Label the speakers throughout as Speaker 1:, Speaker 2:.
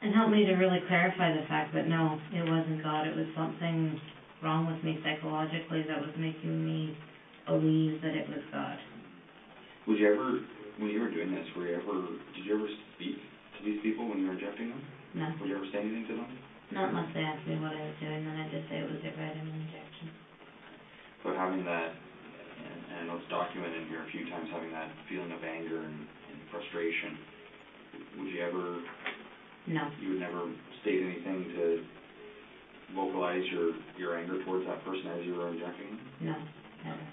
Speaker 1: and helped me to really clarify the fact that no, it wasn't God. It was something wrong with me psychologically that was making me believe that it was God.
Speaker 2: Was you ever, when you were doing this, were you ever, did you ever speak to these people when you were rejecting them?
Speaker 1: No,
Speaker 2: Would you ever say anything to them?
Speaker 1: not unless they asked me what I was doing, then I'd just say it was a vitamin injection.
Speaker 2: But having that, and, and I know it's documented here a few times, having that feeling of anger and, and frustration, would you ever,
Speaker 1: No,
Speaker 2: you would never state anything to vocalize your, your anger towards that person as you were rejecting them?
Speaker 1: no, never.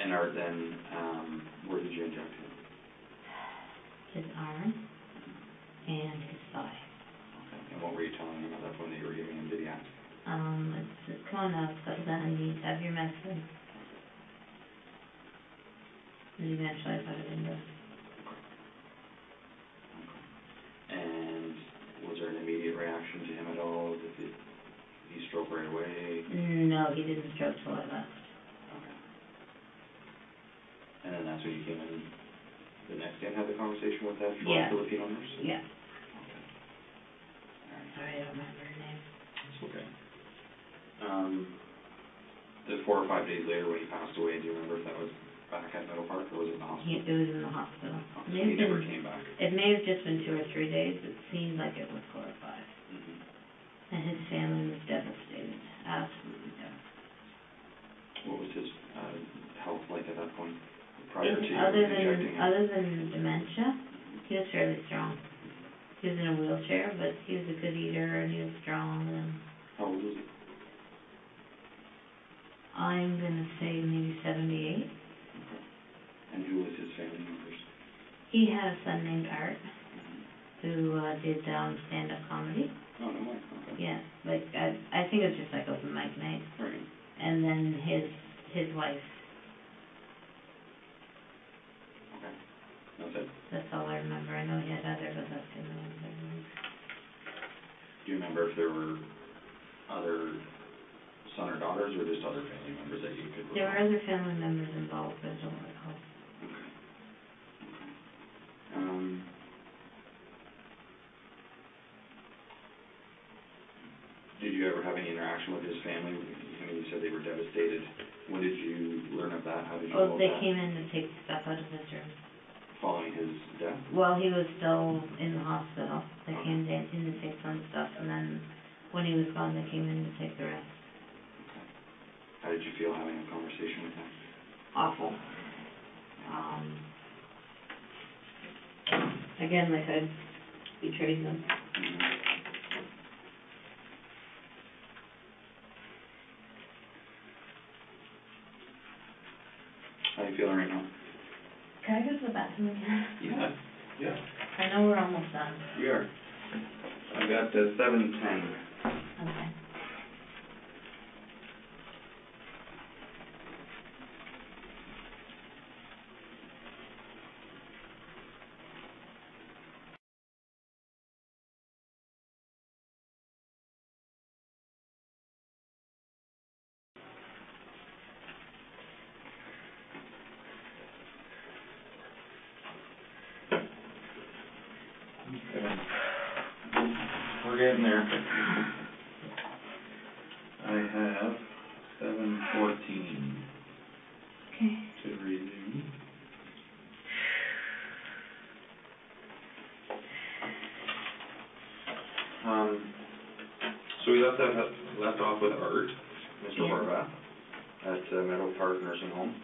Speaker 2: And are then, um, where did you inject him?
Speaker 1: His arm and his thigh.
Speaker 2: Okay. And what were you telling him at that point that you were giving him? Did he ask?
Speaker 1: Um, it's, it's coming up, settle down and eat, have your medicine. And eventually I put it in the,
Speaker 2: And was there an immediate reaction to him at all? Did he, did he stroke right away?
Speaker 1: no, he didn't stroke till I left.
Speaker 2: Okay. And then that's when you came in the next day and had the conversation with that short
Speaker 1: Yeah.
Speaker 2: Filipino nurse?
Speaker 1: Yeah,
Speaker 2: All right.
Speaker 1: sorry, I don't remember her name.
Speaker 2: That's okay. Um, the four or five days later when he passed away, do you remember if that was back at Meadow Park or was it in the
Speaker 1: He,
Speaker 2: hospital?
Speaker 1: it was in the hospital. It
Speaker 2: Okay,
Speaker 1: may
Speaker 2: so he
Speaker 1: have
Speaker 2: never
Speaker 1: been,
Speaker 2: came back.
Speaker 1: it may have just been two or three days, it seemed like it was four or five.
Speaker 2: Mhm.
Speaker 1: And his family was devastated, absolutely devastated.
Speaker 2: What was his, uh, health like at that point, prior to
Speaker 1: Other
Speaker 2: injecting
Speaker 1: than,
Speaker 2: him?
Speaker 1: other than dementia, he was fairly strong. He was in a wheelchair, but he was a good eater and he was strong and
Speaker 2: How old was he?
Speaker 1: I'm gonna say maybe seventy-eight.
Speaker 2: And who was his family members?
Speaker 1: He had a son named Art who, uh, did, um, stand-up comedy.
Speaker 2: Oh, no, Mike, okay.
Speaker 1: Yeah, like, I, I think it was just like open mic night.
Speaker 2: Right.
Speaker 1: And then his, his wife,
Speaker 2: Okay. That's it.
Speaker 1: that's all I remember. I know he had other, but that's the only ones I remember.
Speaker 2: Do you remember if there were other son or daughters or just other family members that you could recall?
Speaker 1: There were other family members involved, but I don't recall.
Speaker 2: Okay. Okay. Um. Did you ever have any interaction with his family? I mean, you said they were devastated. When did you learn of that? How did you
Speaker 1: Well,
Speaker 2: know of
Speaker 1: Oh, they
Speaker 2: that?
Speaker 1: came in to take stuff out of his room.
Speaker 2: Following his death?
Speaker 1: While he was still in the hospital, they came in in to take some stuff, and then when he was gone, they came in to take the rest.
Speaker 2: How did you feel having a conversation with him?
Speaker 1: awful. Um, again, like I betrayed them.
Speaker 2: How you feeling right now?
Speaker 1: Can I go to the bathroom again?
Speaker 2: Yeah, yeah,
Speaker 1: I know we're almost done.
Speaker 2: we are. I've got the seven ten.
Speaker 1: Okay.
Speaker 2: We're getting there. I have seven fourteen
Speaker 1: Okay.
Speaker 2: to resume. Um, so we left that, left off with Art, Mr.
Speaker 1: Yeah.
Speaker 2: Horvath, at uh, Meadow Park Nursing Home.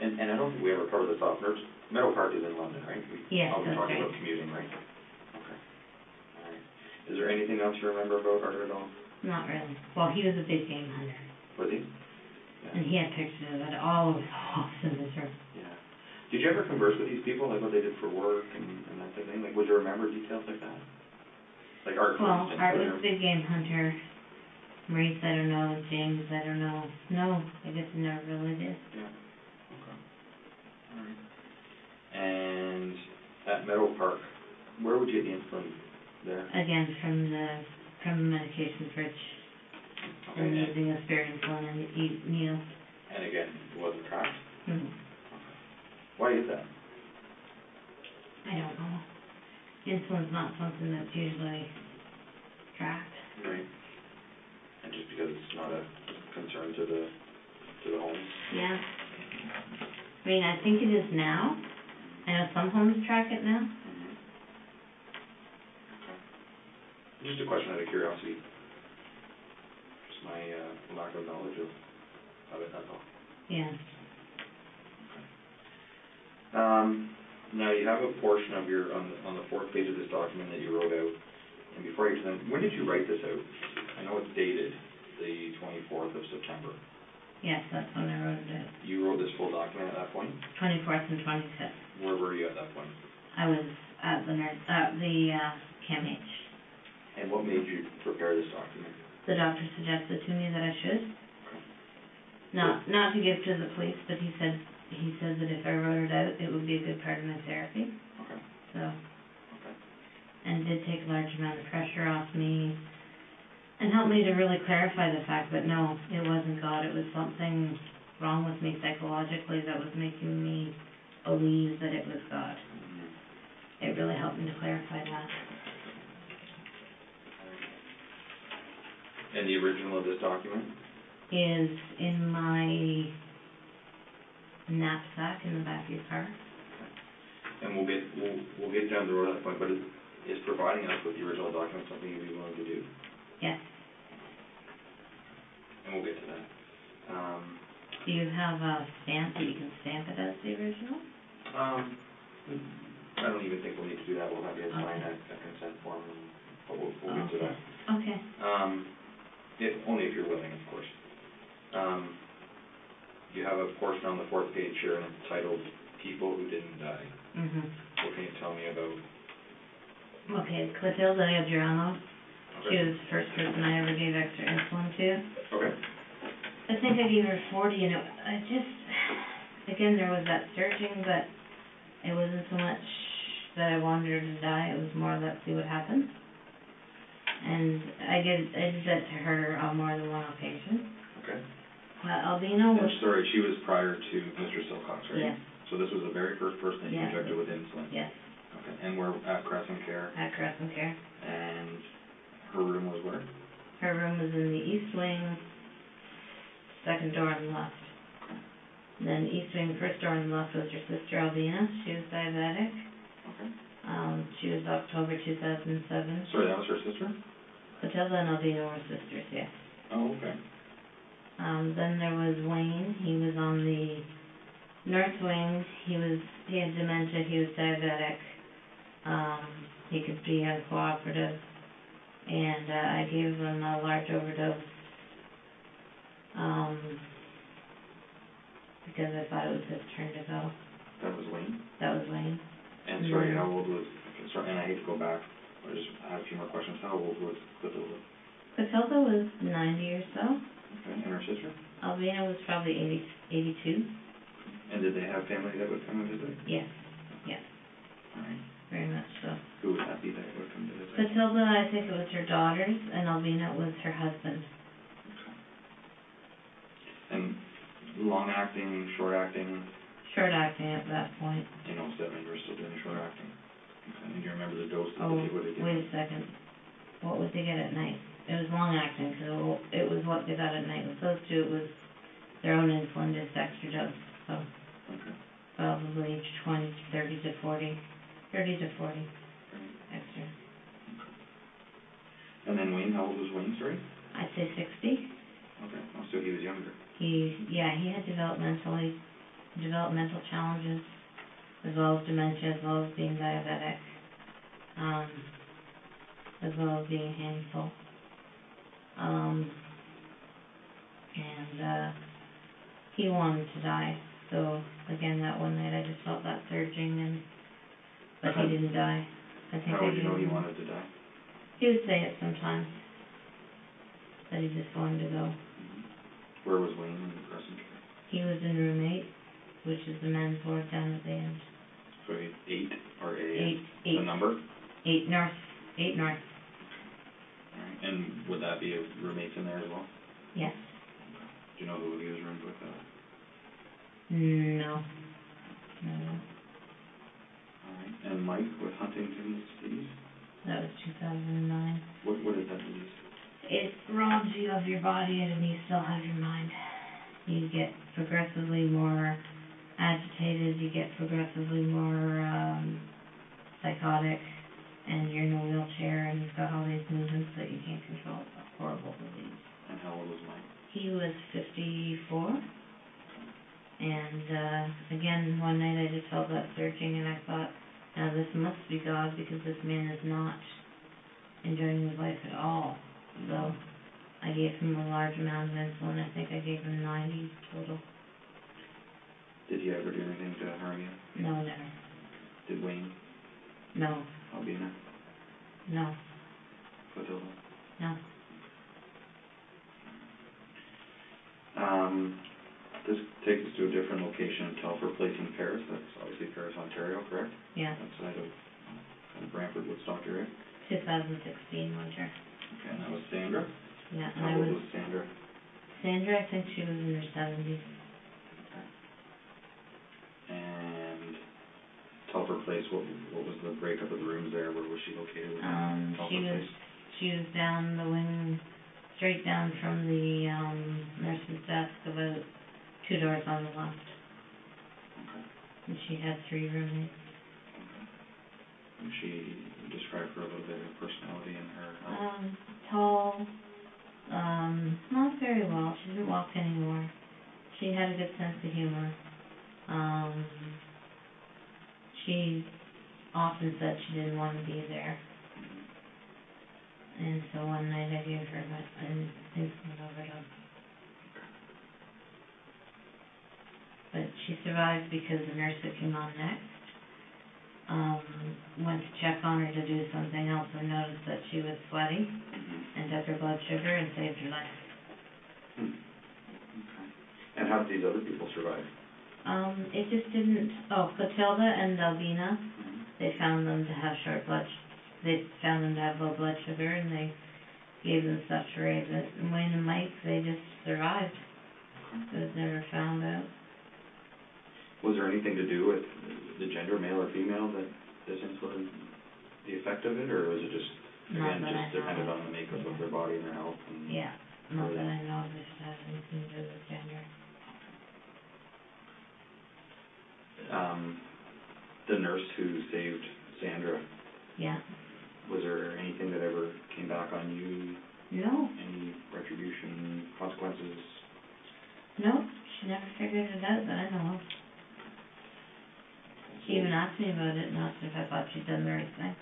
Speaker 2: And, and I don't think we ever covered this off, Nurs, Meadow Park is in London, right? We-
Speaker 1: Yes,
Speaker 2: Oh, we're
Speaker 1: that's
Speaker 2: talking
Speaker 1: right.
Speaker 2: about commuting, right? Okay. All right. Is there anything else you remember about Art at all?
Speaker 1: Not really. Well, he was a big game hunter,
Speaker 2: Was he?
Speaker 1: and he had pictures of it all over the walls in his room.
Speaker 2: Yeah. Did you ever converse with these people, like what they did for work and, and that type of thing? Like, would you remember details like that? Like art, for
Speaker 1: Well,
Speaker 2: instance?
Speaker 1: Art
Speaker 2: would
Speaker 1: was a
Speaker 2: you-
Speaker 1: big game hunter. Maurice, I don't know. James, I don't know. No, I guess I never really did.
Speaker 2: Okay. All right. And at Meadow Park, where would you get the insulin there?
Speaker 1: Again, from the from the medications rich
Speaker 2: Okay,
Speaker 1: and
Speaker 2: and,
Speaker 1: using a spare insulin and eat meals.
Speaker 2: and again, it wasn't tracked.
Speaker 1: Hmm.
Speaker 2: Why is that?
Speaker 1: I don't know. insulin's not something that's usually tracked.
Speaker 2: Right. And just because it's not a concern to the, to the homes.
Speaker 1: Yeah. I mean, I think it is now. I know some homes track it now.
Speaker 2: Mm-hmm. Just a question out of curiosity. Just my, uh, lack of knowledge of, of it, that's all.
Speaker 1: Yeah.
Speaker 2: Um, now, you have a portion of your, on, the- on the fourth page of this document that you wrote out, and before I get to them, when did you write this out? I know it's dated, the twenty-fourth of September.
Speaker 1: Yes, that's when I wrote it down.
Speaker 2: You wrote this full document at that point?
Speaker 1: Twenty-fourth and twenty-fifth.
Speaker 2: Where were you at that point?
Speaker 1: I was at the nurse, at the, uh, CAMH.
Speaker 2: And what made you prepare this document?
Speaker 1: The doctor suggested to me that I should. Not, not to give to the police, but he said, he said that if I wrote it out, it would be a good part of my therapy,
Speaker 2: Okay,
Speaker 1: so.
Speaker 2: okay.
Speaker 1: and did take a large amount of pressure off me and helped me to really clarify the fact that no, it wasn't God, it was something wrong with me psychologically that was making me believe that it was God. It really helped me to clarify that.
Speaker 2: And the original of this document?
Speaker 1: Is in my knapsack in the back of your car.
Speaker 2: And we'll get, we'll, we'll get down the road at that point, but is, is providing us with the original document something you'd be willing to do?
Speaker 1: Yes.
Speaker 2: And we'll get to that. Um,
Speaker 1: Do you have a stamp that you can stamp it as the original?
Speaker 2: um, I don't even think we'll need to do that, we'll have you sign
Speaker 1: Okay.
Speaker 2: that that consent form, and- but we'll, we'll get to that.
Speaker 1: Okay.
Speaker 2: Um, if, only if you're willing, of course. Um, you have a portion on the fourth page here and it's titled People Who Didn't Die.
Speaker 1: Mhm.
Speaker 2: What can you tell me about?
Speaker 1: Okay, Clotilde Adriano, she
Speaker 2: Okay.
Speaker 1: was the first person I ever gave extra insulin to.
Speaker 2: Okay.
Speaker 1: I think I gave her forty and it, I just, again, there was that searching, but it wasn't so much that I wanted her to die, it was more let's see what happens. And I did, I did that to her on more than one occasion.
Speaker 2: Okay.
Speaker 1: But Albino was,
Speaker 2: And sorry, she was prior to Mr. Silcox, right?
Speaker 1: yes,
Speaker 2: So this was the very first person that you
Speaker 1: Yeah.
Speaker 2: injected with insulin?
Speaker 1: yes,
Speaker 2: Okay. And we're at Crescent Care
Speaker 1: at Crescent Care.
Speaker 2: and her room was where?
Speaker 1: E. Her room was in the east wing, second door on the left. Then east wing, first door on the left was your sister Albina, she was diabetic.
Speaker 2: Okay.
Speaker 1: Um, she was October two thousand and seven.
Speaker 2: Sorry, that was her sister?
Speaker 1: Matilda and Alvina were sisters, yes.
Speaker 2: Oh, okay.
Speaker 1: Um, then there was Wayne, he was on the nurse wing, he was, he had dementia, he was diabetic, um, he could be uncooperative, and, uh, I gave him a large overdose, um, because I thought it was his turn to go,
Speaker 2: That was Wayne?
Speaker 1: that was Wayne.
Speaker 2: And sorry,
Speaker 1: Mhm.
Speaker 2: how old was, sorry, and I hate to go back, I just have a few more questions. How old was Clotilda?
Speaker 1: Matilda was ninety or so,
Speaker 2: Okay, and her sister?
Speaker 1: Alvina was probably eighty, eighty-two,
Speaker 2: And did they have family that would come and visit?
Speaker 1: yes, yes,
Speaker 2: Alright.
Speaker 1: very much so.
Speaker 2: Who would that be that would come to visit?
Speaker 1: Matilda, I think it was her daughters, and Alvina was her husband.
Speaker 2: And long acting, short acting,
Speaker 1: Short acting at that point.
Speaker 2: you know, seven, you're still doing short acting. Okay, And do you remember the dose that
Speaker 1: Oh,
Speaker 2: they would have given?
Speaker 1: wait a second. What would they get at night? It was long acting, because it wa- it was what they got at night. With those two, it was their own insulin, just extra dose, so
Speaker 2: Okay.
Speaker 1: probably twenty, thirty to forty, thirty to forty
Speaker 2: Great.
Speaker 1: extra.
Speaker 2: And then Wayne, how old was Wayne, sorry?
Speaker 1: I'd say sixty.
Speaker 2: Okay, oh, so he was younger.
Speaker 1: He, yeah, he had developmentally, developmental challenges, as well as dementia, as well as being diabetic, um, as well as being handful. Um, and, uh, he wanted to die, so again, that one night I just felt that surging and, but he
Speaker 2: Okay.
Speaker 1: didn't die. I think
Speaker 2: How
Speaker 1: I
Speaker 2: would you know he
Speaker 1: gave him-
Speaker 2: wanted to die?
Speaker 1: He would say it sometimes, that he just wanted to go.
Speaker 2: Where was Wayne in the Crescent Care?
Speaker 1: He was in room eight, which is the men's ward down at the end.
Speaker 2: So he's eight or a,
Speaker 1: Eight,
Speaker 2: the
Speaker 1: eight,
Speaker 2: number?
Speaker 1: eight north, eight north,
Speaker 2: Alright, And would that be roommates in there as well?
Speaker 1: yes.
Speaker 2: Do you know who he was roomed with? uh,
Speaker 1: No, no, no.
Speaker 2: Um,
Speaker 3: Alright.
Speaker 2: And Mike with Huntington's disease,
Speaker 1: That was two thousand and nine.
Speaker 2: what, what is that disease?
Speaker 1: It robs you of your body and you still have your mind. You get progressively more agitated, you get progressively more um, psychotic, and you're in a wheelchair and you've got all these movements that you can't control. It's a horrible disease.
Speaker 2: And how old was Mike?
Speaker 1: He was 54. And uh, again, one night I just felt that searching and I thought, now this must be God because this man is not enjoying his life at all. So I gave him a large amount of insulin. I think I gave him 90 total.
Speaker 2: Did he ever do anything to harm you?
Speaker 1: No, never.
Speaker 2: Did Wayne,
Speaker 1: No,
Speaker 2: Albina,
Speaker 1: no,
Speaker 2: Matilda?
Speaker 1: no.
Speaker 2: Um, this takes us to a different location, Telford Place in Paris, that's obviously Paris, Ontario, correct?
Speaker 1: Yeah,
Speaker 2: Outside of, kind of Brantford, Woodstock area.
Speaker 1: 2016 winter.
Speaker 2: Okay, and that was Sandra.
Speaker 1: Yeah, and
Speaker 2: How
Speaker 1: I
Speaker 2: old
Speaker 1: was,
Speaker 2: was Sandra?
Speaker 1: Sandra, I think she was in her 70s.
Speaker 2: And Telford Place, what, what was the breakup of the rooms there, where was she located?
Speaker 1: Um, she
Speaker 2: Telford
Speaker 1: was
Speaker 2: Place?
Speaker 1: She was down the wing, straight down from the, um, nurse's desk about two doors on the left.
Speaker 2: Okay,
Speaker 1: And she had three roommates.
Speaker 2: okay. And she described her a little bit of personality and her, health.
Speaker 1: Um, tall, um, not very well, she didn't walk anymore. She had a good sense of humor. Um, she often said she didn't want to be there. And so one night I gave her my- an insulin overdose. But she survived because the nurse that came on next, um, went to check on her to do something else and noticed that she was sweaty
Speaker 2: Mhm.
Speaker 1: and took her blood sugar and saved her life.
Speaker 2: Okay. And how did these other people survive?
Speaker 1: Um, it just didn't, oh, Clotilda and Delvina, they found them to have short blood, sh- they found them to have low blood sugar and they gave them stuff to raise it. And Wayne and Mike, they just survived. It was never found out.
Speaker 2: Was there anything to do with the gender, male or female, that this influenced the effect of it, or was it just,
Speaker 1: Not
Speaker 2: again,
Speaker 1: that I
Speaker 2: just depended
Speaker 1: know of.
Speaker 2: on the makeup of their body and their health? and-
Speaker 1: Yeah, not that I know of if it has anything to do with gender.
Speaker 2: Um, the nurse who saved Sandra,
Speaker 1: Yeah,
Speaker 2: was there anything that ever came back on you?
Speaker 1: no,
Speaker 2: Any retribution, consequences?
Speaker 1: no, she never figured it out that I know of. She even asked me about it and asked if I thought she'd done the right thing.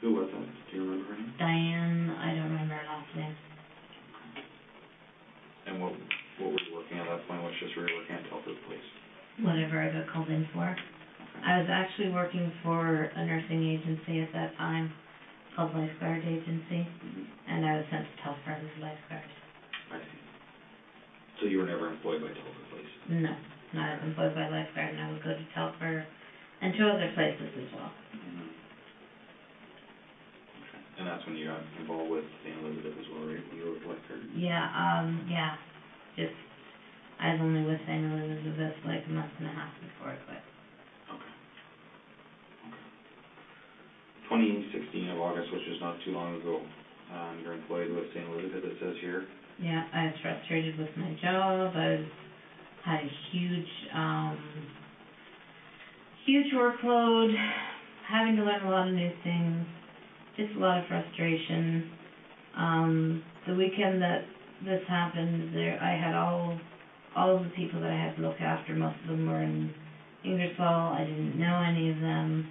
Speaker 2: Who was that? Do you remember her name?
Speaker 1: Diane, I don't remember her last name.
Speaker 2: And what, what were you working at that point? Was just we were working at Telford Place?
Speaker 1: whatever I got called in for. I was actually working for a nursing agency at that time called Lifeguard Agency,
Speaker 2: Mhm.
Speaker 1: and I was sent to Telford as lifeguard.
Speaker 2: I see. So you were never employed by Telford Place?
Speaker 1: No, no, I was employed by Lifeguard, and I would go to Telford and to other places as well.
Speaker 2: Mhm. Mm-hmm. And that's when you got involved with St. Elizabeth as well, right? When you were with Lifeguard?
Speaker 1: Yeah, um, yeah, just I was only with St. Elizabeth like a month and a half before I quit.
Speaker 2: Okay. Twenty sixteen of August, which is not too long ago, um, you're employed with St. Elizabeth, it says here.
Speaker 1: Yeah, I was frustrated with my job. I was, had a huge, um, huge workload, having to learn a lot of new things, just a lot of frustration. Um, the weekend that this happened, there I had all, all of the people that I had to look after. Most of them were in Ingersoll. I didn't know any of them.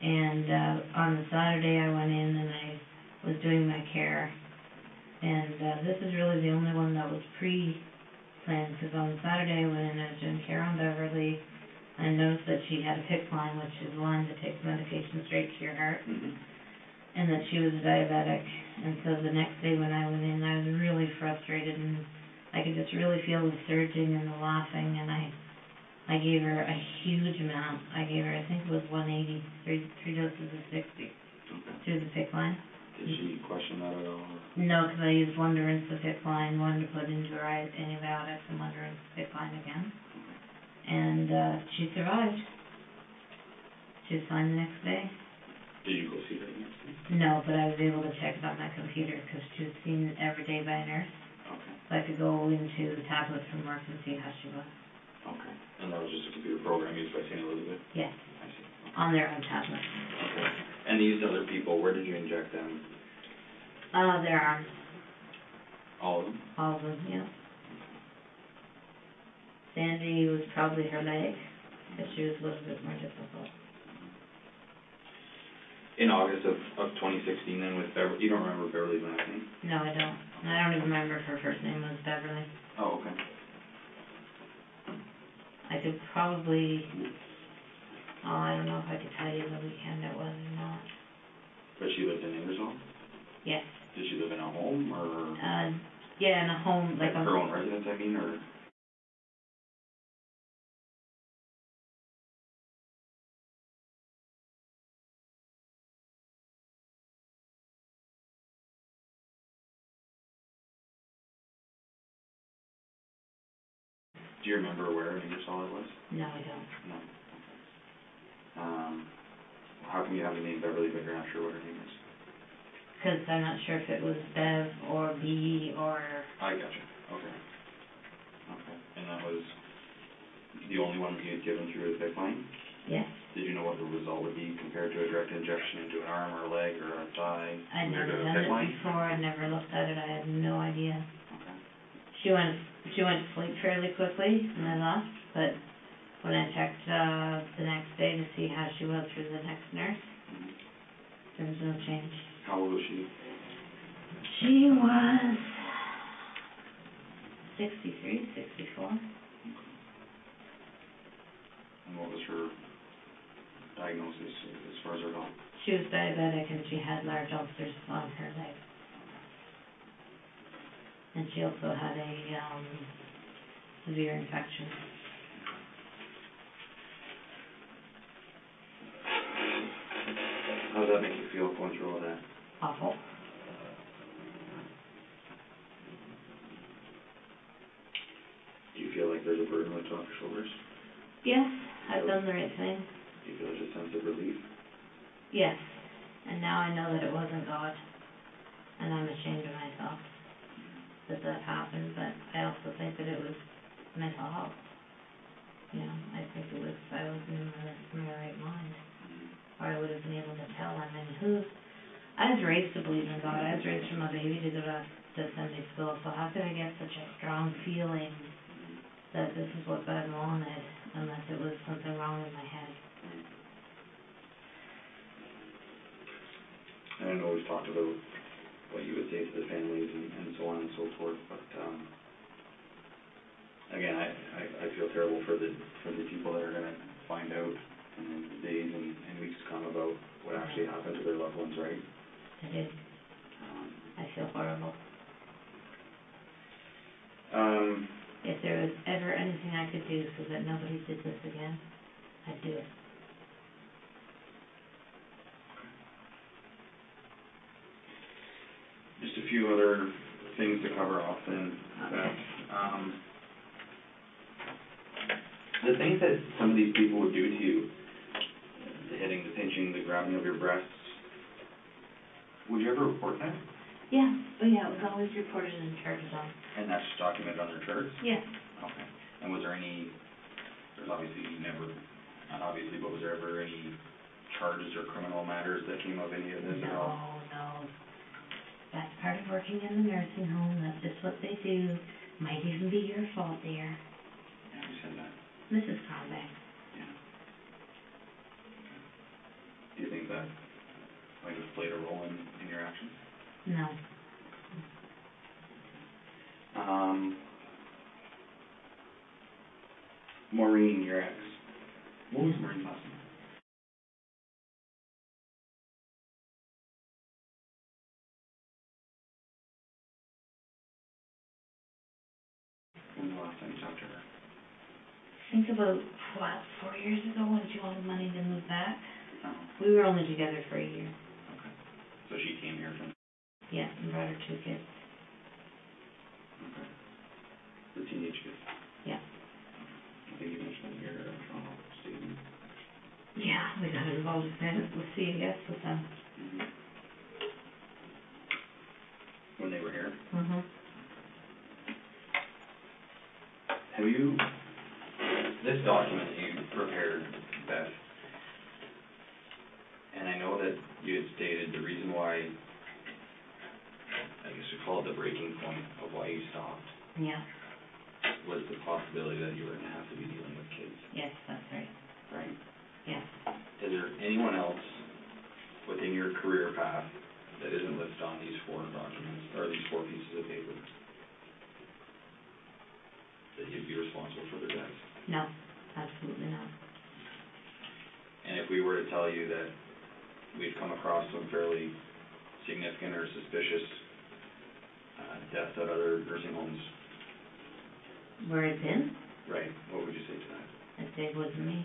Speaker 1: And uh, on the Saturday, I went in and I was doing my care. And uh, this is really the only one that was pre-planned because on Saturday when I was doing care on Beverly, I noticed that she had a PIC line, which is a line that takes medication straight to your heart,
Speaker 2: Mm-hmm.
Speaker 1: and that she was a diabetic. And so the next day when I went in, I was really frustrated and I could just really feel the surging and the laughing. And I, I gave her a huge amount. I gave her, I think it was 180, three, three doses of 60
Speaker 2: Okay.
Speaker 1: through the PIC line.
Speaker 2: Did she question that at all? or-
Speaker 1: No, because I used one to rinse the pit line, one to put into her i- antibiotics, and one to rinse the pit line again. And uh, she survived. to sign the next day.
Speaker 2: Did you go see that next week?
Speaker 1: No, but I was able to check it on my computer because she was seen every day by a nurse.
Speaker 2: Okay,
Speaker 1: So I could go into the tablet from work and see how she was.
Speaker 2: okay. And that was just a computer program used by St. Elizabeth?
Speaker 1: Yes,
Speaker 2: I see.
Speaker 1: on their own tablet.
Speaker 2: Okay. And these other people, where did you inject them?
Speaker 1: Uh, their arms,
Speaker 2: All of them?
Speaker 1: all of them, yeah. Sandy was probably her leg, but she was a little bit more difficult.
Speaker 2: In August of, of twenty sixteen then with Beverly, you don't remember Beverly's last name?
Speaker 1: No, I don't. And I don't even remember if her first name was Beverly.
Speaker 2: Oh, okay.
Speaker 1: I could probably, oh, I don't know if I could tell you the weekend it was or not.
Speaker 2: But she lived in Ingersoll?
Speaker 1: Yes,
Speaker 2: Did she live in a home or?
Speaker 1: uh, yeah, in a home, like a.
Speaker 2: Her own residence, I mean, or? Do you remember where in Ingersoll it was?
Speaker 1: No, I don't.
Speaker 2: No. Um, how come you have the name Beverly, but you're not sure what her name is?
Speaker 1: Because I'm not sure if it was Bev or B or,
Speaker 2: I gotcha, okay. Okay, and that was the only one you had given through a pick line?
Speaker 1: yes,
Speaker 2: Did you know what the result would be compared to a direct injection into an arm or a leg or a thigh?
Speaker 1: I'd
Speaker 2: compared
Speaker 1: never
Speaker 2: to a
Speaker 1: done
Speaker 2: PEG
Speaker 1: it
Speaker 2: line?
Speaker 1: before, I never looked at it, I had no idea.
Speaker 2: Okay.
Speaker 1: She went, she went to sleep fairly quickly and then left, but when I checked, uh, the next day to see how she was through the next nurse,
Speaker 2: Mhm.
Speaker 1: there was no change.
Speaker 2: How old was she?
Speaker 1: She was sixty-three, sixty-four.
Speaker 2: And what was her diagnosis as far as her health?
Speaker 1: She was diabetic and she had large ulcers on her leg. And she also had a, um, severe infection.
Speaker 2: How does that make you feel going through all that?
Speaker 1: Awful.
Speaker 2: Do you feel like there's a burden lifted off your shoulders?
Speaker 1: Yes, I've done the right thing.
Speaker 2: Do you feel there's a sense of relief?
Speaker 1: Yes. And now I know that it wasn't God. And I'm ashamed of myself that that happened, but I also think that it was mental health. You know, I think it was, I wasn't in my, my right mind. or I would have been able to tell them. And who, I was raised to believe in God. I was raised from a baby to go to, to Sunday school. So how could I get such a strong feeling that this is what God wanted, unless it was something wrong in my head?
Speaker 2: And I know we've talked about what you would say to the families and, and so on and so forth, but, um, again, I, I, I feel terrible for the, for the people that are gonna find out in the days and, and weeks to come about what actually happened to their loved ones, right?
Speaker 1: I did.
Speaker 2: Um,
Speaker 1: I feel horrible.
Speaker 2: Um,
Speaker 1: If there was ever anything I could do so that nobody did this again, I'd do it.
Speaker 2: just a few other things to cover off then, Beth. Um, the things that some of these people would do to you, the hitting, the pinching, the grabbing of your breasts, would you ever report that?
Speaker 1: Yeah, oh yeah, it was always reported in charges on.
Speaker 2: And that's just documented on their charts?
Speaker 1: Yeah,
Speaker 2: Okay. And was there any, there's obviously never, not obviously, but was there ever any charges or criminal matters that came of any of this at all?
Speaker 1: No, no. That's part of working in the nursing home, that's just what they do. Might even be your fault, dear.
Speaker 2: Yeah, you said that.
Speaker 1: Mrs. Conbeck.
Speaker 2: Do you think that might have played a role in, in your actions?
Speaker 1: No,
Speaker 2: Um, Maureen, your ex. What was Maureen's last name? When was the last time you talked to her?
Speaker 1: think about, what, four years ago when she wanted money to move back?
Speaker 2: Oh,
Speaker 1: We were only together for a year.
Speaker 2: okay. So she came here from,
Speaker 1: Yeah, and brought her two kids.
Speaker 2: okay. The teenage kid?
Speaker 1: Yeah.
Speaker 2: I think you mentioned that in your uh, Toronto statement.
Speaker 1: Yeah, we got involved with that, with CES with them.
Speaker 2: Mm-hmm.
Speaker 4: When they were here.
Speaker 1: Mm-hmm.
Speaker 2: Have you, this document that you prepared, Beth, and I know that you had stated the reason why, I guess we call it the breaking point of why you stopped,
Speaker 1: Yeah,
Speaker 2: was the possibility that you were gonna have to be dealing with kids,
Speaker 1: yes, that's right,
Speaker 2: right?
Speaker 1: yes.
Speaker 2: Is there anyone else within your career path that isn't listed on these four documents, or these four pieces of paper? That you'd be responsible for their deaths?
Speaker 1: No, absolutely not.
Speaker 2: And if we were to tell you that we've come across some fairly significant or suspicious uh, deaths at other nursing homes,
Speaker 1: Where it's in,
Speaker 2: right, what would you say to that?
Speaker 1: if Dave wasn't me,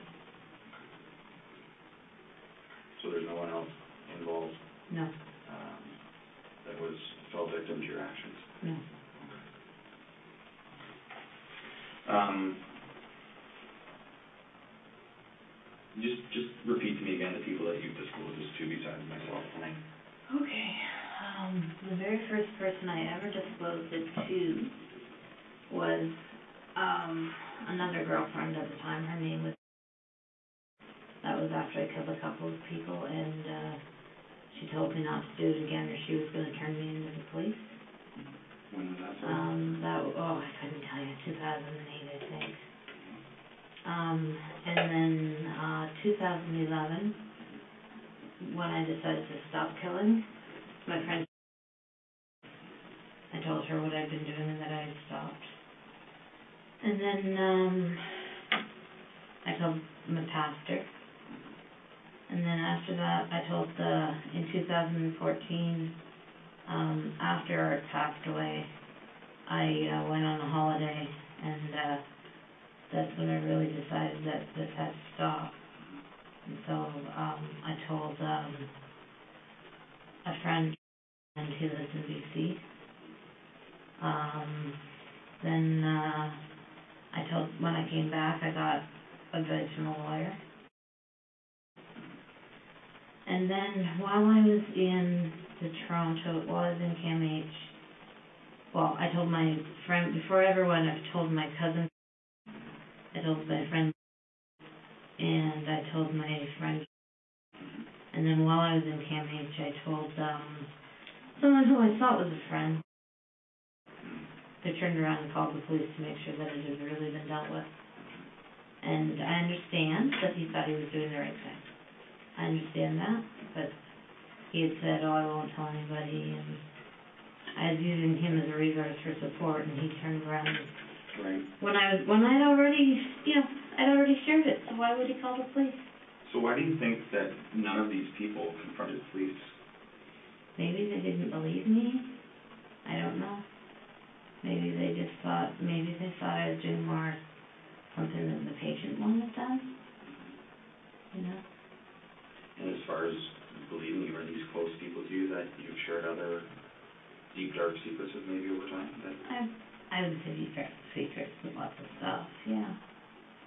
Speaker 2: So there's no one else involved
Speaker 1: no,
Speaker 2: um, that was, fell victim to your actions?
Speaker 1: no.
Speaker 2: Um, Just, just repeat to me again the people that you've disclosed this to besides myself tonight.
Speaker 1: Okay, um, the very first person I ever disclosed it to was, um, another girlfriend at the time, her name was, that was after I killed a couple of people, and, uh, she told me not to do it again, or she was gonna turn me into the police.
Speaker 2: When was that? sorry?
Speaker 1: Um, that, oh, I couldn't tell you, two thousand and eight, I think. Um, and then, uh, two thousand eleven, when I decided to stop killing, my friend, I told her what I'd been doing and that I had stopped. And then, um, I told my pastor. And then after that, I told the, in two thousand and fourteen, um, after Art passed away, I uh, went on a holiday, and uh, that's when I really decided that this had to stop. And so um, I told um, a friend, and he lives in BC. Um, then uh, I told when I came back, I got advice from a lawyer. And then while I was in the Toronto, while I was in CAMH, well, I told my friend before everyone. I've told my cousin. I told my friend, and I told my friend. And then while I was in CAMH, I told um, someone who I thought was a friend. They turned around and called the police to make sure that it had really been dealt with. And I understand that he thought he was doing the right thing. I understand that, but he had said, "Oh, I won't tell anybody," and I was using him as a resource for support, and he turned around. and-
Speaker 2: Right.
Speaker 1: When I was, when I had already, you know, I'd already shared it, so why would he call the police?
Speaker 2: So why do you think that none of these people confronted police?
Speaker 1: Maybe they didn't believe me. I don't know. Maybe they just thought, maybe they thought I was doing more something than the patient wanted done. You know,
Speaker 2: And as far as believing you, are these close people to you that you've shared other deep, dark secrets with maybe over time?
Speaker 1: I, I would say secret, secrets with lots of stuff. Yeah,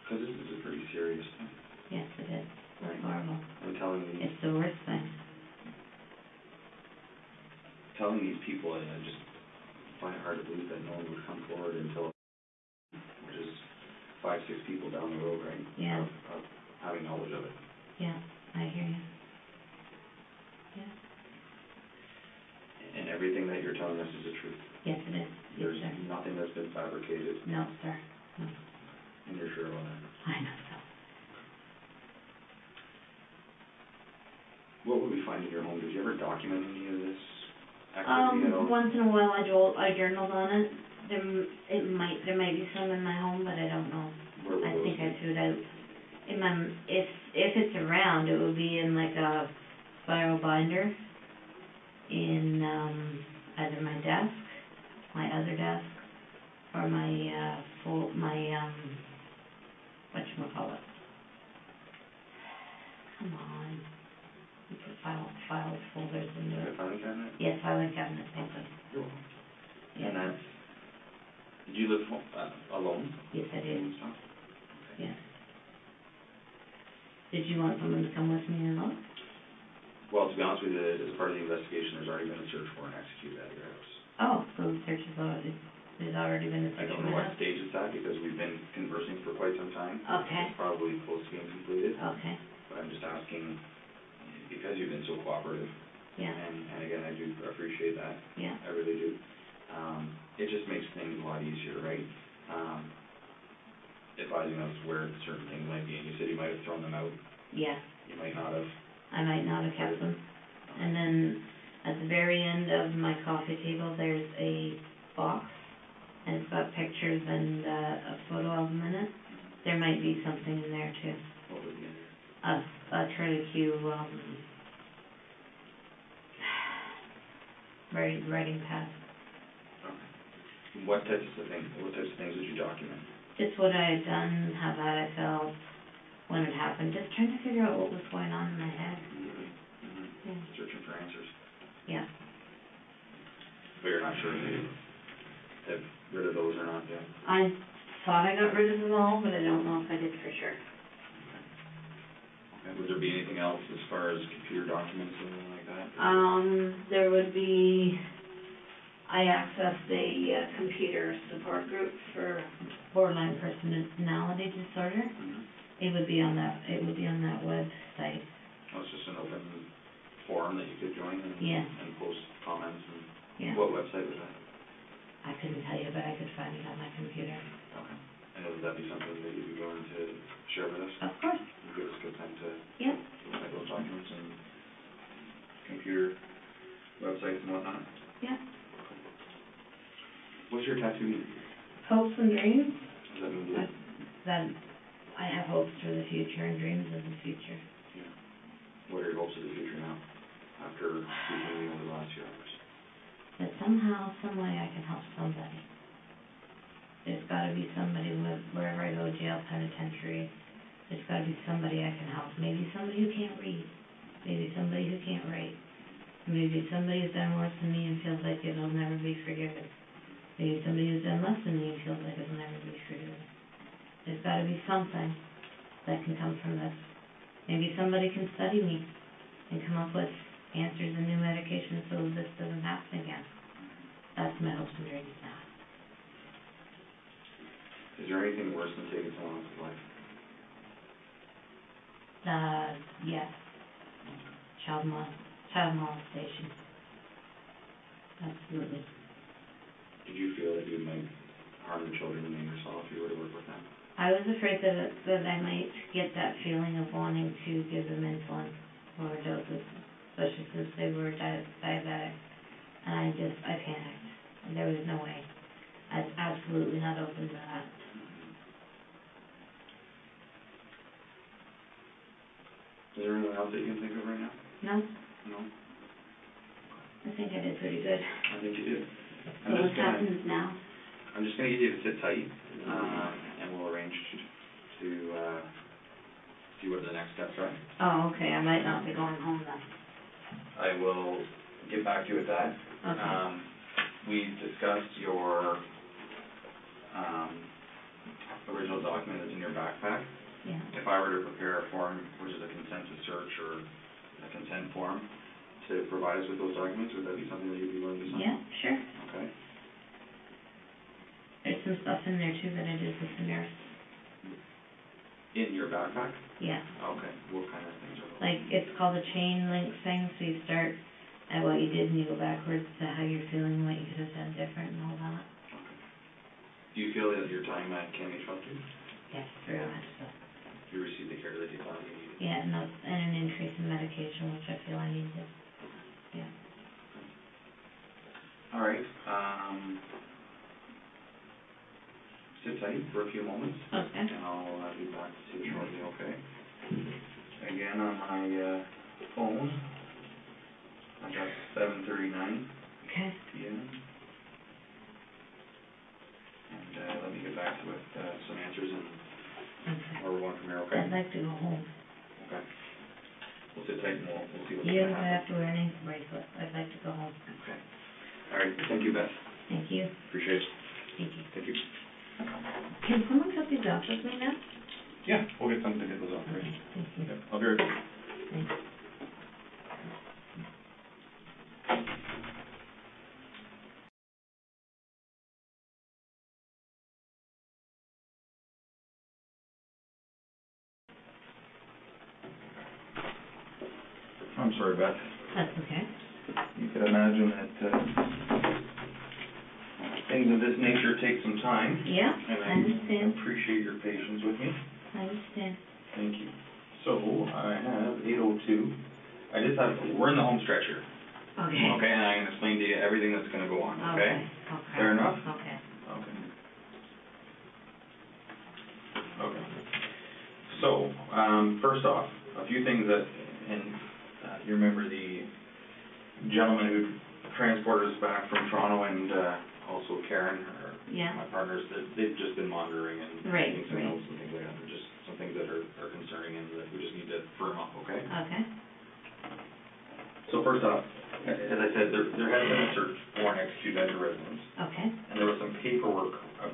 Speaker 2: Because this is a pretty serious thing.
Speaker 1: yes, it is. It's horrible.
Speaker 2: I'm telling you.
Speaker 1: It's the worst thing.
Speaker 2: telling these people, and I just find it hard to believe that no one would come forward until, which is five, six people down the road, right?
Speaker 1: Yeah.
Speaker 2: Of, of having knowledge of it.
Speaker 1: Yeah, I hear you. Yeah,
Speaker 2: And everything that you're telling us is the truth.
Speaker 1: yes, it is. Yes,
Speaker 2: There's
Speaker 1: sir.
Speaker 2: nothing that's been fabricated,
Speaker 1: No, sir.
Speaker 2: and you're sure about that.
Speaker 1: I know so.
Speaker 2: What would we find in your home? Did you ever document any of this activity at all?
Speaker 1: Um, once in a while I journal, I journaled on it. There, m- it might, there might be some in my home, but I don't know.
Speaker 2: Where were
Speaker 1: I
Speaker 2: those?
Speaker 1: think I threw it out. In my, if, if it's around, it would be in like a spiral binder in, um, either my desk, my other desk, or my, uh, full, my, um, whatchamacallit. Come on. You put file, file folders in
Speaker 2: In
Speaker 1: there.
Speaker 2: the filing cabinet?
Speaker 1: Yes, filing cabinet, thank you.
Speaker 2: You're welcome.
Speaker 1: Yeah.
Speaker 2: And that's, did you live ho- uh, alone?
Speaker 1: Yes, I did,
Speaker 2: Alone, so?
Speaker 1: yes. Did you you want someone to come with me and look?
Speaker 2: Well, to be honest with you, as part of the investigation, there's already been a search warrant executed at your house.
Speaker 1: Oh, so the search is already, there's already been a
Speaker 2: I
Speaker 1: search
Speaker 2: don't know what
Speaker 1: warrant?
Speaker 2: stage it's at, because we've been conversing for quite some time.
Speaker 1: Okay,
Speaker 2: It's probably close to being completed,
Speaker 1: okay,
Speaker 2: but I'm just asking, because you've been so cooperative,
Speaker 1: yeah,
Speaker 2: and, and again, I do appreciate that,
Speaker 1: yeah,
Speaker 2: Um, I really do. Um, it just makes things a lot easier, right? Um, advising us where certain things might be, and you said you might have thrown them out,
Speaker 1: yeah.
Speaker 2: you might not have.
Speaker 1: I might not have kept them. And then at the very end of my coffee table, there's a box and it's got pictures and uh, a photo album in it. There might be something in there too.
Speaker 2: What was the,
Speaker 1: A, a Charlie Q, um, writing, writing pad.
Speaker 2: okay. What types of things, what types of things would you document?
Speaker 1: Just what I had done, how bad I felt, when it happened, just trying to figure out what was going on in my head.
Speaker 2: Mm-hmm.
Speaker 1: Yeah.
Speaker 2: Searching for answers.
Speaker 1: Yeah.
Speaker 2: But you're not sure if you have rid of those or not yet?
Speaker 1: I thought I got rid of them all, but I don't know if I did for sure.
Speaker 2: Okay, Would there be anything else as far as computer documents or anything like that?
Speaker 1: Um, there would be, I accessed a uh, computer support group for borderline personality disorder.
Speaker 2: Mhm.
Speaker 1: It would be on that, it would be on that website,
Speaker 2: Oh, it's just an open forum that you could join and,
Speaker 1: Yeah.
Speaker 2: and post comments and,
Speaker 1: yeah.
Speaker 2: what website was that?
Speaker 1: I couldn't tell you, but I could find it on my computer.
Speaker 2: Okay. And would that be something that you'd be willing to share with us?
Speaker 1: Of course,
Speaker 2: And Give us consent to
Speaker 1: yeah,
Speaker 2: look at those documents and computer websites and whatnot?
Speaker 1: yeah.
Speaker 2: What's your tattoo mean?
Speaker 1: Hopes and dreams,
Speaker 2: Does that mean
Speaker 1: Uh.
Speaker 2: blue?
Speaker 1: that, I have hopes for the future and dreams of the future.
Speaker 2: What are your hopes of the future now, after speaking over the last few hours?
Speaker 1: That somehow, some way I can help somebody. There's gotta be somebody with, wherever I go, jail, penitentiary, there's gotta be somebody I can help. Maybe somebody who can't read, maybe somebody who can't write, maybe somebody who's done worse than me and feels like it'll never be forgiven. Maybe somebody who's done less than me and feels like it'll never be forgiven. There's gotta be something that can come from this. Maybe somebody can study me and come up with answers and new medication so this doesn't happen again. That's my hopes and dreams now.
Speaker 2: Is there anything worse than taking someone else's life?
Speaker 1: Uh, yes, child mol- child molestation. Absolutely.
Speaker 2: Did you feel that you might harm the children and yourself if you were to work with them?
Speaker 1: I was afraid that, it- that I might get that feeling of wanting to give them insulin overdoses, especially since they were di- diabetic. And I just, I panicked. And there was no way. I was absolutely not open to that.
Speaker 2: Is there anyone else that you can think of right now?
Speaker 1: No,
Speaker 2: No?
Speaker 1: I think I did pretty good.
Speaker 2: I think you do.
Speaker 1: So
Speaker 2: I'm
Speaker 1: what
Speaker 2: just gonna,
Speaker 1: happens now?
Speaker 2: I'm just gonna get you to sit tight, um, and we'll arrange to- to, uh, see what the next steps are.
Speaker 1: Oh, okay, I might not be going home then.
Speaker 2: I will get back to you with that.
Speaker 1: Okay.
Speaker 2: Um, we discussed your, um, original document that's in your backpack.
Speaker 1: Yeah,
Speaker 2: If I were to prepare a form, which is a consensus search or a consent form, to provide us with those documents, would that be something that you'd be willing to sign?
Speaker 1: yeah, sure.
Speaker 2: Okay.
Speaker 1: There's some stuff in there too that I did with the nurse.
Speaker 2: In your backpack?
Speaker 1: Yeah,
Speaker 2: Okay, what kind of things are those?
Speaker 1: like it's called a chain link thing, so you start at what you did and you go backwards to how you're feeling, what you could have done different and all that.
Speaker 2: Okay. Do you feel that your time at Canby Trust, you
Speaker 1: Yes, very much so.
Speaker 2: received the care that you thought you needed?
Speaker 1: Yeah, and that's, and an increase in medication, which I feel I needed. Yeah.
Speaker 2: All right, um, sit tight for a few moments.
Speaker 1: Okay.
Speaker 2: And I'll uh, be back to you shortly, okay? Again, on my, uh, phone, I got seven thirty-nine
Speaker 1: Okay,
Speaker 2: PM. And, uh, let me get back to it, uh, some answers and
Speaker 1: okay.
Speaker 2: where we're going from here,
Speaker 1: I'd
Speaker 2: okay?
Speaker 1: like to go home.
Speaker 2: Okay. We'll sit tight and we'll, we'll see what's
Speaker 1: You
Speaker 2: gonna
Speaker 1: don't
Speaker 2: happen.
Speaker 1: have to wear any bracelet. I'd like to go home.
Speaker 2: Okay. All right, thank you, Beth.
Speaker 1: Thank you,
Speaker 2: Appreciate it.
Speaker 1: thank you.
Speaker 2: Thank you.
Speaker 1: Can someone cut these off with me now?
Speaker 4: Yeah, we'll get something that goes on for you.
Speaker 1: Thank you.
Speaker 4: Yep, I'll be right back.
Speaker 1: Thanks.
Speaker 4: I'm sorry, Beth.
Speaker 1: That's okay.
Speaker 2: You could imagine that, uh, things of this nature take some time,
Speaker 1: Yeah,
Speaker 2: and
Speaker 1: I understand,
Speaker 2: I appreciate your patience with me.
Speaker 1: I understand.
Speaker 2: Thank you. So, I have eight oh two. I just have, we're in the home stretch here,
Speaker 1: Okay.
Speaker 2: okay, and I can explain to you everything that's gonna go on, okay?
Speaker 1: Okay.
Speaker 2: Fair enough?
Speaker 1: Okay.
Speaker 2: Okay. Okay. So, um, first off, a few things that, and, uh, you remember the gentleman who transported us back from Toronto and, uh, also Karen, or
Speaker 1: Yeah,
Speaker 2: my partners, that they've just been monitoring and
Speaker 1: Right,
Speaker 2: taking some
Speaker 1: right.
Speaker 2: notes and things like that, They're just some things that are, are concerning and that we just need to firm up, okay?
Speaker 1: okay,
Speaker 2: So first off, as I said, there, there has been a search warrant executed at the residence.
Speaker 1: okay,
Speaker 2: And there was some paperwork uh,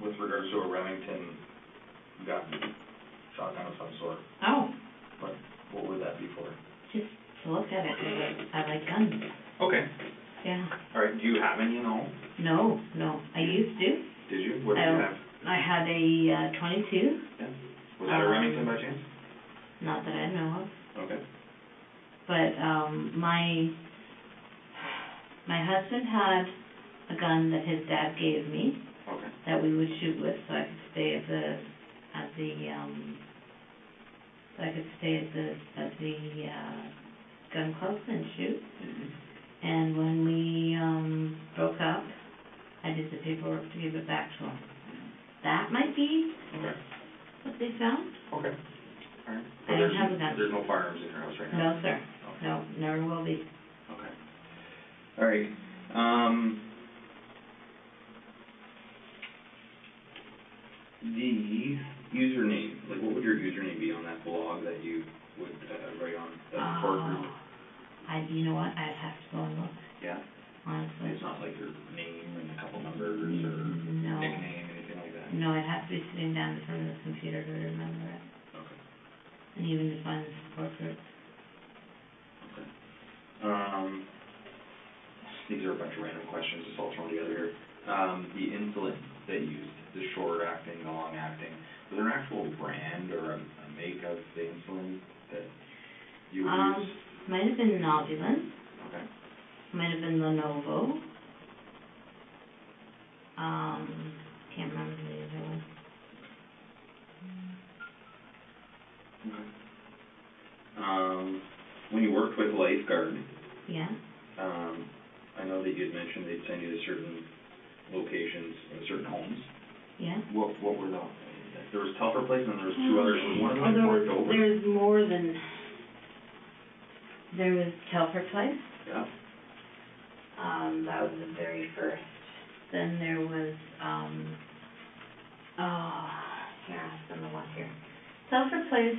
Speaker 2: with regards to a Remington gun, shotgun of some sort.
Speaker 1: oh,
Speaker 2: What would that be for?
Speaker 1: just to look at it, 'cause I like guns,
Speaker 2: Okay,
Speaker 1: yeah.
Speaker 2: all right, do you have any at all?
Speaker 1: No, no, I used to,
Speaker 2: Did you? What did you
Speaker 1: Um,
Speaker 2: have?
Speaker 1: I had a uh, twenty-two,
Speaker 2: Was that a
Speaker 1: um,
Speaker 2: Remington by chance?
Speaker 1: not that I know of,
Speaker 2: Okay.
Speaker 1: but, um, my, my husband had a gun that his dad gave me
Speaker 2: Okay.
Speaker 1: that we would shoot with, so I could stay at the, at the, um, so I could stay at the, at the, uh, gun club and shoot. Mm-hmm. And when we, um, broke up, I did the paperwork to give it back to him. That might be
Speaker 2: Okay,
Speaker 1: what they found?
Speaker 2: okay. All right.
Speaker 1: I don't have a gun.
Speaker 2: There's no firearms in your house right now?
Speaker 1: No, sir. No, never will be.
Speaker 2: Okay. All right, um. The username, like what would your username be on that blog that you would, uh, write on, that support group?
Speaker 1: Oh, I, you know what, I'd have to go and look,
Speaker 2: Yeah,
Speaker 1: honestly. Mm,
Speaker 2: it's not like your name and a couple numbers or
Speaker 1: No,
Speaker 2: nickname, anything like that?
Speaker 1: no, I'd have to be sitting down in front of the computer to remember it,
Speaker 2: Okay,
Speaker 1: and even to find the support group.
Speaker 2: okay. Um, these are a bunch of random questions, just all thrown together here. Um, the insulin they used, the short acting, the long acting, was there an actual brand or a, a make of the insulin that you would
Speaker 1: Um,
Speaker 2: use?
Speaker 1: Might have been Novulant,
Speaker 2: Okay,
Speaker 1: might have been Lenovo. Um, can't remember the other one.
Speaker 2: okay. Um, when you worked with Lifeguard,
Speaker 1: Yeah,
Speaker 2: Um, I know that you had mentioned they'd send you to certain locations, uh, certain homes.
Speaker 1: yeah.
Speaker 2: What, what were the, there was Telfer Place and there was two others, was one of them
Speaker 1: Oh, there
Speaker 2: forked
Speaker 1: was-
Speaker 2: over?
Speaker 1: There was more than, there was Telford Place,
Speaker 2: Yeah,
Speaker 1: um, that was the very first. Then there was, um, oh, here, I don't know what here. Telford Place,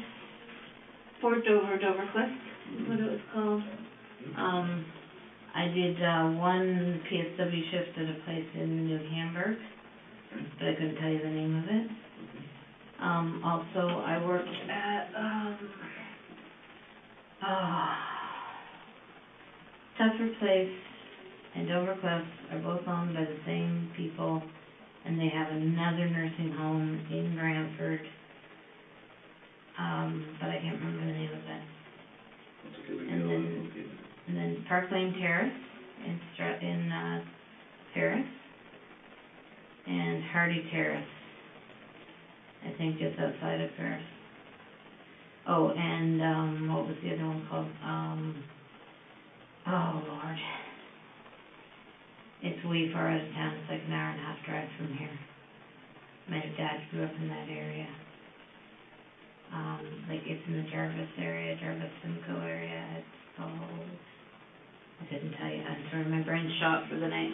Speaker 1: Fort Dover, Dover Cliff, is
Speaker 2: Mm-hmm.
Speaker 1: what it was called. Um, I did, uh, one PSW shift at a place in New Hamburg, but I couldn't tell you the name of it. Um, also, I worked at, um, oh, Thetford Place and Dover Cliff are both owned by the same people, and they have another nursing home in Brantford. Um, but I can't remember the name of it.
Speaker 2: that's okay, we
Speaker 1: And
Speaker 2: can,
Speaker 1: then- And then Park Lane Terrace in Stra- in, uh, Paris. And Hardy Terrace, I think just outside of Paris. Oh, and, um, what was the other one called? Um, oh, Lord. It's way far out of town, it's like an hour and a half drive from here. My dad grew up in that area. Um, like it's in the Jarvis area, Jarvis Simcoe area, it's Oh, I couldn't tell you. I'm sorry, my brain's shot for the night.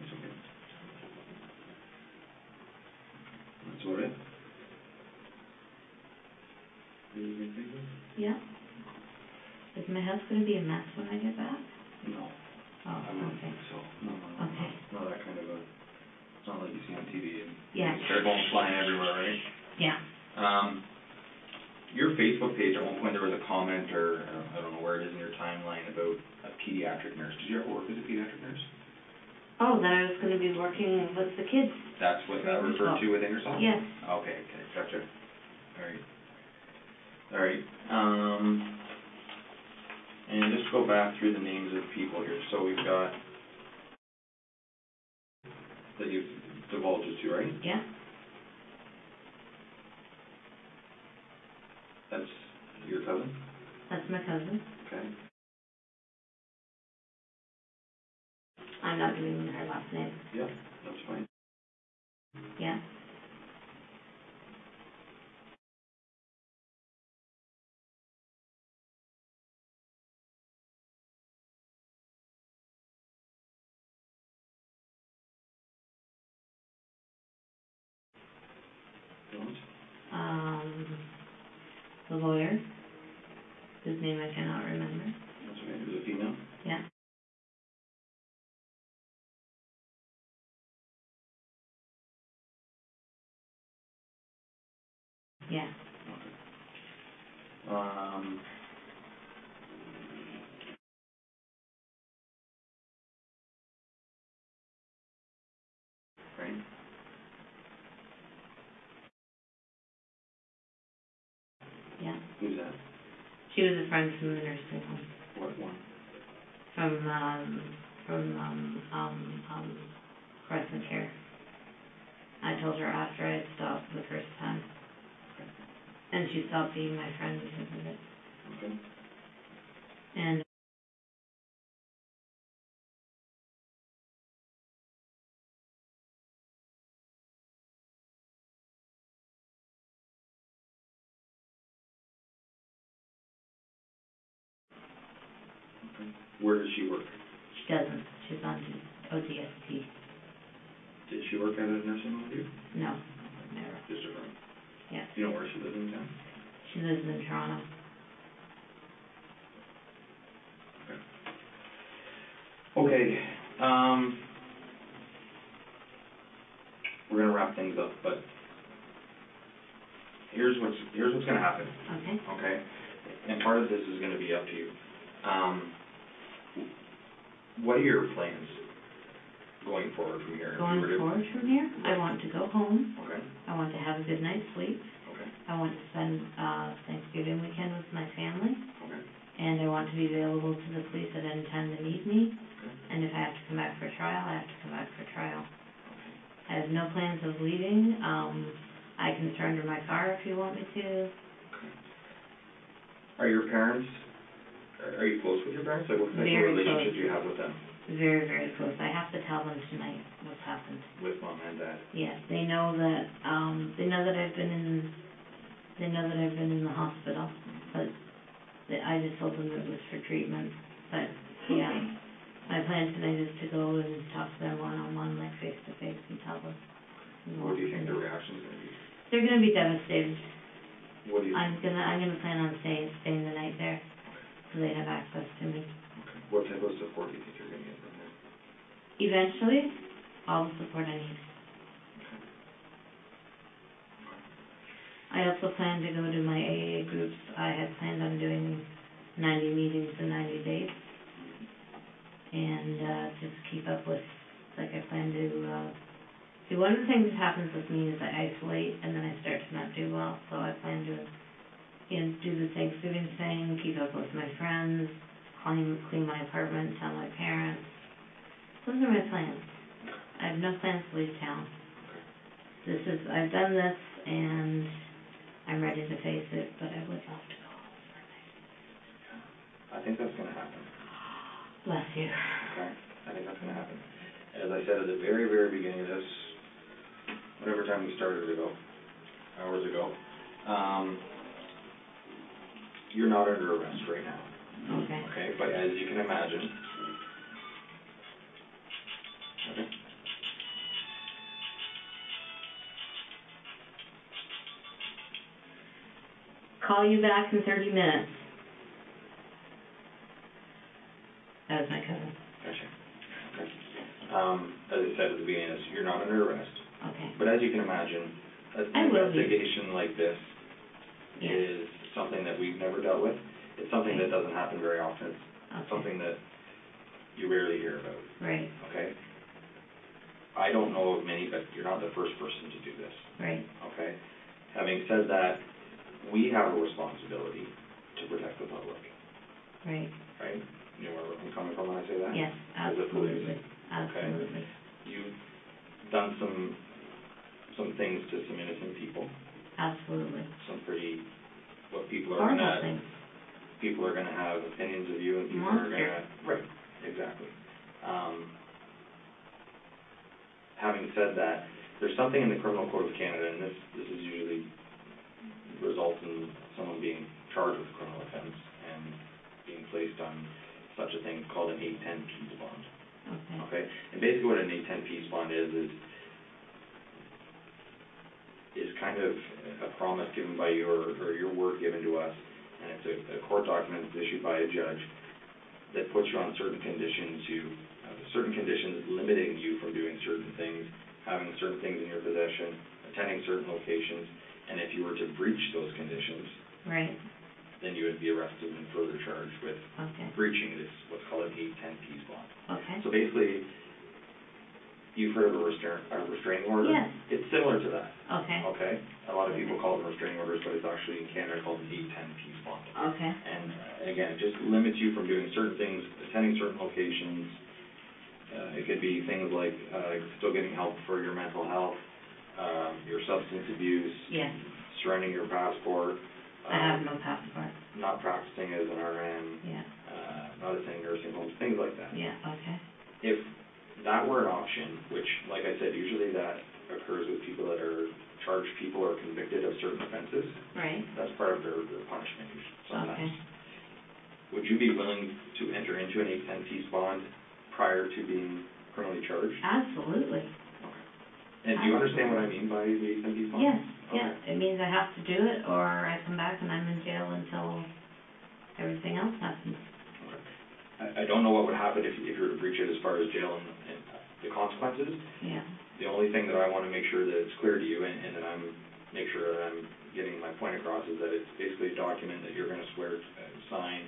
Speaker 2: that's okay. That's about it? Anything you can think of?
Speaker 1: Yeah. Is my house gonna be a mess when I get back?
Speaker 2: No,
Speaker 1: Oh,
Speaker 2: I don't
Speaker 1: okay.
Speaker 2: think so. No, no, no,
Speaker 1: Okay.
Speaker 2: no, not that kind of a, it's not like you see on TV and
Speaker 1: Yeah.
Speaker 2: you start going flying everywhere, right?
Speaker 1: Yeah.
Speaker 2: Um, your Facebook page, at one point there was a comment, or I don't- I don't know where it is in your timeline, about a pediatric nurse. Did you ever work as a pediatric nurse?
Speaker 1: Oh, that I was gonna be working with the kids,
Speaker 2: That's what that referred to within yourself?
Speaker 1: yes.
Speaker 2: Okay, okay, gotcha. All right. All right, um, and just go back through the names of people here. So we've got that you've divulged it to, right?
Speaker 1: Yeah,
Speaker 2: That's your cousin?
Speaker 1: that's my cousin.
Speaker 2: Okay.
Speaker 1: I'm not doing her last name,
Speaker 2: Yeah, that's fine.
Speaker 1: yeah.
Speaker 2: Don't-
Speaker 1: Um, the lawyer, whose name I cannot remember,
Speaker 2: That's right, it was a female.
Speaker 1: yeah. Yeah,
Speaker 2: Um. Right?
Speaker 1: yeah.
Speaker 2: Who's that?
Speaker 1: She was a friend from the nursing home.
Speaker 2: What one?
Speaker 1: from, um, from, um, um, um, Crescent Care. I told her after I had stopped the first time. And she stopped being my friend because of it.
Speaker 2: Okay.
Speaker 1: And
Speaker 2: Where does she work?
Speaker 1: she doesn't. She's on ODST.
Speaker 2: Did she work at a nursing home with you?
Speaker 1: No, never.
Speaker 2: Just a room?
Speaker 1: Yeah.
Speaker 2: Do you know where she lives in town?
Speaker 1: She lives in Toronto.
Speaker 2: Okay, um, we're gonna wrap things up, but here's what's, here's what's gonna happen.
Speaker 1: Okay?
Speaker 2: okay? And part of this is gonna be up to you. Um, what are your plans going forward from here? If you
Speaker 1: Going
Speaker 2: were to-
Speaker 1: forward from here, I want to go home.
Speaker 2: Okay,
Speaker 1: I want to have a good night's sleep.
Speaker 2: okay,
Speaker 1: I want to spend, uh, Thanksgiving weekend with my family.
Speaker 2: okay,
Speaker 1: and I want to be available to the police at any time they need me,
Speaker 2: okay,
Speaker 1: and if I have to come back for trial, I have to come back for trial. I have no plans of leaving, um, I can surrender my car if you want me to.
Speaker 2: okay. Are your parents, are, are you close with your parents? Like, what type
Speaker 1: Very
Speaker 2: of relationship
Speaker 1: close.
Speaker 2: do you have with them,
Speaker 1: Very, very close, I have to tell them tonight what's happened.
Speaker 2: with mom and dad?
Speaker 1: Yes, they know that, um, they know that I've been in, they know that I've been in the hospital, but that I just told them it was for treatment, but, yeah. My plan tonight is to go and talk to them one-on-one, like face-to-face, and tell them.
Speaker 2: What do you think their reaction's gonna be?
Speaker 1: They're gonna be devastated.
Speaker 2: What do you,
Speaker 1: I'm gonna, I'm gonna plan on staying, staying the night there, so they have access to me.
Speaker 2: okay, what type of support do you think you're gonna get from them?
Speaker 1: Eventually, all the support I need. I also plan to go to my AA groups. I had planned on doing ninety meetings in ninety days. And, uh, just keep up with, like I plan to, uh, see, one of the things that happens with me is I isolate and then I start to not do well, so I plan to, you know, do the Thanksgiving thing, keep up with my friends, clean, clean my apartment, tell my parents. Those are my plans. I have no plans to leave town. This is, I've done this and I'm ready to face it, but I would love to go home for a night.
Speaker 2: I think that's gonna happen.
Speaker 1: Bless you.
Speaker 2: Okay, I think that's gonna happen. As I said at the very, very beginning of this, whatever time we started ago, hours ago, um, you're not under arrest right now,
Speaker 1: Okay.
Speaker 2: okay? But as you can imagine, okay?
Speaker 1: Call you back in thirty minutes. That was my cousin.
Speaker 2: Gotcha. Okay. Um, as I said at the beginning, it's- you're not under arrest,
Speaker 1: Okay.
Speaker 2: but as you can imagine, an
Speaker 1: I will be.
Speaker 2: investigation like this
Speaker 1: Yeah.
Speaker 2: is something that we've never dealt with. It's something that doesn't happen very often, It's
Speaker 1: Okay,
Speaker 2: something that you rarely hear about,
Speaker 1: right,
Speaker 2: okay? I don't know of many, but you're not the first person to do this,
Speaker 1: right,
Speaker 2: okay? Having said that, we have a responsibility to protect the public,
Speaker 1: right,
Speaker 2: right? You know where I'm coming from when I say that?
Speaker 1: yes,
Speaker 2: As a police,
Speaker 1: absolutely, absolutely,
Speaker 2: You've done some, some things to some innocent people,
Speaker 1: absolutely.
Speaker 2: some pretty, what people are
Speaker 1: Horrible
Speaker 2: gonna,
Speaker 1: thing,
Speaker 2: people are gonna have opinions of you and people are
Speaker 1: Monster.
Speaker 2: gonna. Right, exactly. Um, having said that, there's something in the Criminal Code of Canada, and this, this is usually results in someone being charged with a criminal offense and being placed on such a thing called an eight ten peace bond.
Speaker 1: okay,
Speaker 2: Okay, and basically what an eight ten piece bond is, is, is kind of a promise given by your, or your word given to us, and it's a, a court document that's issued by a judge that puts you on certain conditions, you, uh, certain conditions limiting you from doing certain things, having certain things in your possession, attending certain locations, and if you were to breach those conditions,
Speaker 1: right,
Speaker 2: then you would be arrested and further charged with
Speaker 1: okay,
Speaker 2: breaching this, what's called an eight ten piece bond.
Speaker 1: okay,
Speaker 2: So basically, you've heard of a restraint, a restraining order?
Speaker 1: Yes.
Speaker 2: It's similar to that,
Speaker 1: okay,
Speaker 2: okay? A lot of people call them restraining orders, but it's actually in Canada called an eight ten piece bond.
Speaker 1: okay,
Speaker 2: And uh, again, it just limits you from doing certain things, attending certain locations. Uh, it could be things like, uh, still getting help for your mental health, um, your substance abuse,
Speaker 1: yes,
Speaker 2: surrendering your passport.
Speaker 1: I have
Speaker 2: um,
Speaker 1: no passport,
Speaker 2: Not practicing as an RN,
Speaker 1: yeah,
Speaker 2: uh, not attending nursing homes, things like that.
Speaker 1: yeah, okay,
Speaker 2: if that were an option, which, like I said, usually that occurs with people that are charged people or convicted of certain offenses,
Speaker 1: right,
Speaker 2: that's part of their, their punishment usually
Speaker 1: okay.
Speaker 2: sometimes. Would you be willing to enter into an eight ten piece bond prior to being criminally charged?
Speaker 1: Absolutely,
Speaker 2: And do you understand what I mean by the eight ten piece bond?
Speaker 1: yes, yeah, it means I have to do it, or I come back and I'm in jail until everything else happens.
Speaker 2: I, I don't know what would happen if, if you were to breach it as far as jail and, and the consequences,
Speaker 1: Yeah,
Speaker 2: the only thing that I want to make sure that it's clear to you and, and that I'm, make sure that I'm getting my point across is that it's basically a document that you're going to swear, uh, sign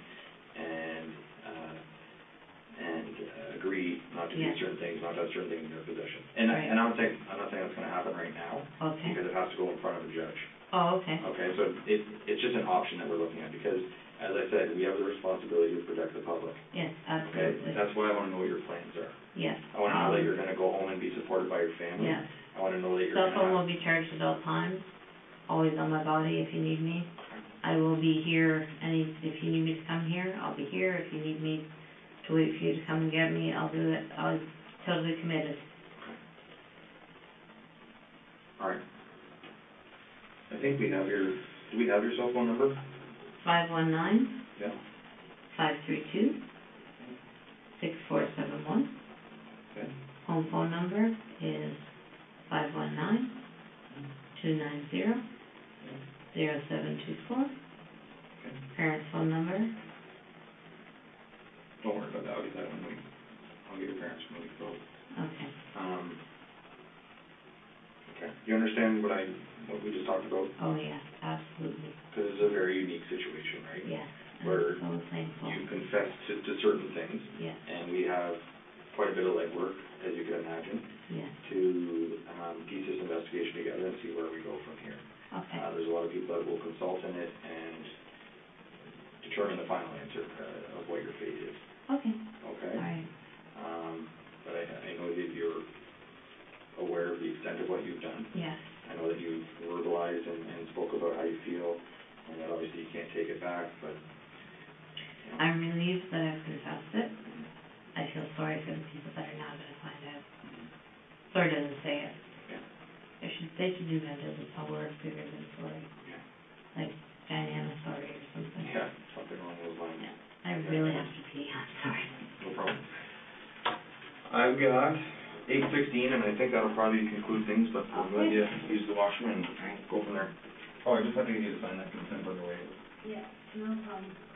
Speaker 2: and, uh, and uh, agree not to do
Speaker 1: Yeah.
Speaker 2: certain things, not to have certain things in your possession. And, I-
Speaker 1: Right.
Speaker 2: and I'm saying, I'm not saying that's going to happen right now
Speaker 1: okay,
Speaker 2: because it has to go in front of a judge.
Speaker 1: oh, okay,
Speaker 2: Okay, so it, it's just an option that we're looking at because, as I said, we have the responsibility to protect the public.
Speaker 1: yes,
Speaker 2: Okay,
Speaker 1: absolutely,
Speaker 2: that's why I want to know what your plans are.
Speaker 1: yes.
Speaker 2: I want to know that
Speaker 1: um,
Speaker 2: you're going to go home and be supported by your family.
Speaker 1: Yeah,
Speaker 2: I want to know that you're
Speaker 1: cell
Speaker 2: gonna
Speaker 1: phone
Speaker 2: have-
Speaker 1: will be charged at all times, always on my body if you need me. I will be here, any, if you need me to come here, I'll be here, if you need me to wait for you to come and get me, I'll do it, I'm totally committed.
Speaker 2: All right. I think we have your, do we have your cell phone number?
Speaker 1: Five one nine,
Speaker 2: Yeah.
Speaker 1: five three two, six four seven one.
Speaker 2: Okay.
Speaker 1: Home phone number is five one nine, two nine zero, zero seven two four. Parents' phone number,
Speaker 2: Don't worry about that, I'll get that when we, I'll get your parents when we go.
Speaker 1: okay,
Speaker 2: Um, okay, you understand what I, what we just talked about?
Speaker 1: oh yeah, absolutely,
Speaker 2: Because it's a very unique situation, right?
Speaker 1: yes, and
Speaker 2: We're-
Speaker 1: I'm so thankful,
Speaker 2: You confess to, to certain things,
Speaker 1: yes,
Speaker 2: and we have quite a bit of legwork, as you can imagine,
Speaker 1: yes,
Speaker 2: to, um, piece this investigation together and see where we go from here.
Speaker 1: okay,
Speaker 2: Uh, there's a lot of people that will consult in it and determine the final answer uh, of what your fate is,
Speaker 1: okay, all
Speaker 2: okay?
Speaker 1: right,
Speaker 2: Um, but I, I know that you're aware of the extent of what you've done.
Speaker 1: yes,
Speaker 2: I know that you verbalized and, and spoke about how you feel, and that obviously you can't take it back, but, you know,
Speaker 1: I'm relieved that I've confessed it. I feel sorry for the people that are not gonna find out. Sorry doesn't say it.
Speaker 2: Yeah.
Speaker 1: They should, they should do that as a word bigger than sorry.
Speaker 2: Yeah.
Speaker 1: Like Diana sorry or something.
Speaker 2: yeah, something along those lines.
Speaker 1: I really have to pee, I'm sorry.
Speaker 2: No problem. I've got eight sixteen, and I think that'll probably conclude things, but I'm glad you used the washroom and go from there.
Speaker 4: Oh, I just have to get you to sign that consent by the way.
Speaker 1: Yeah, no problem.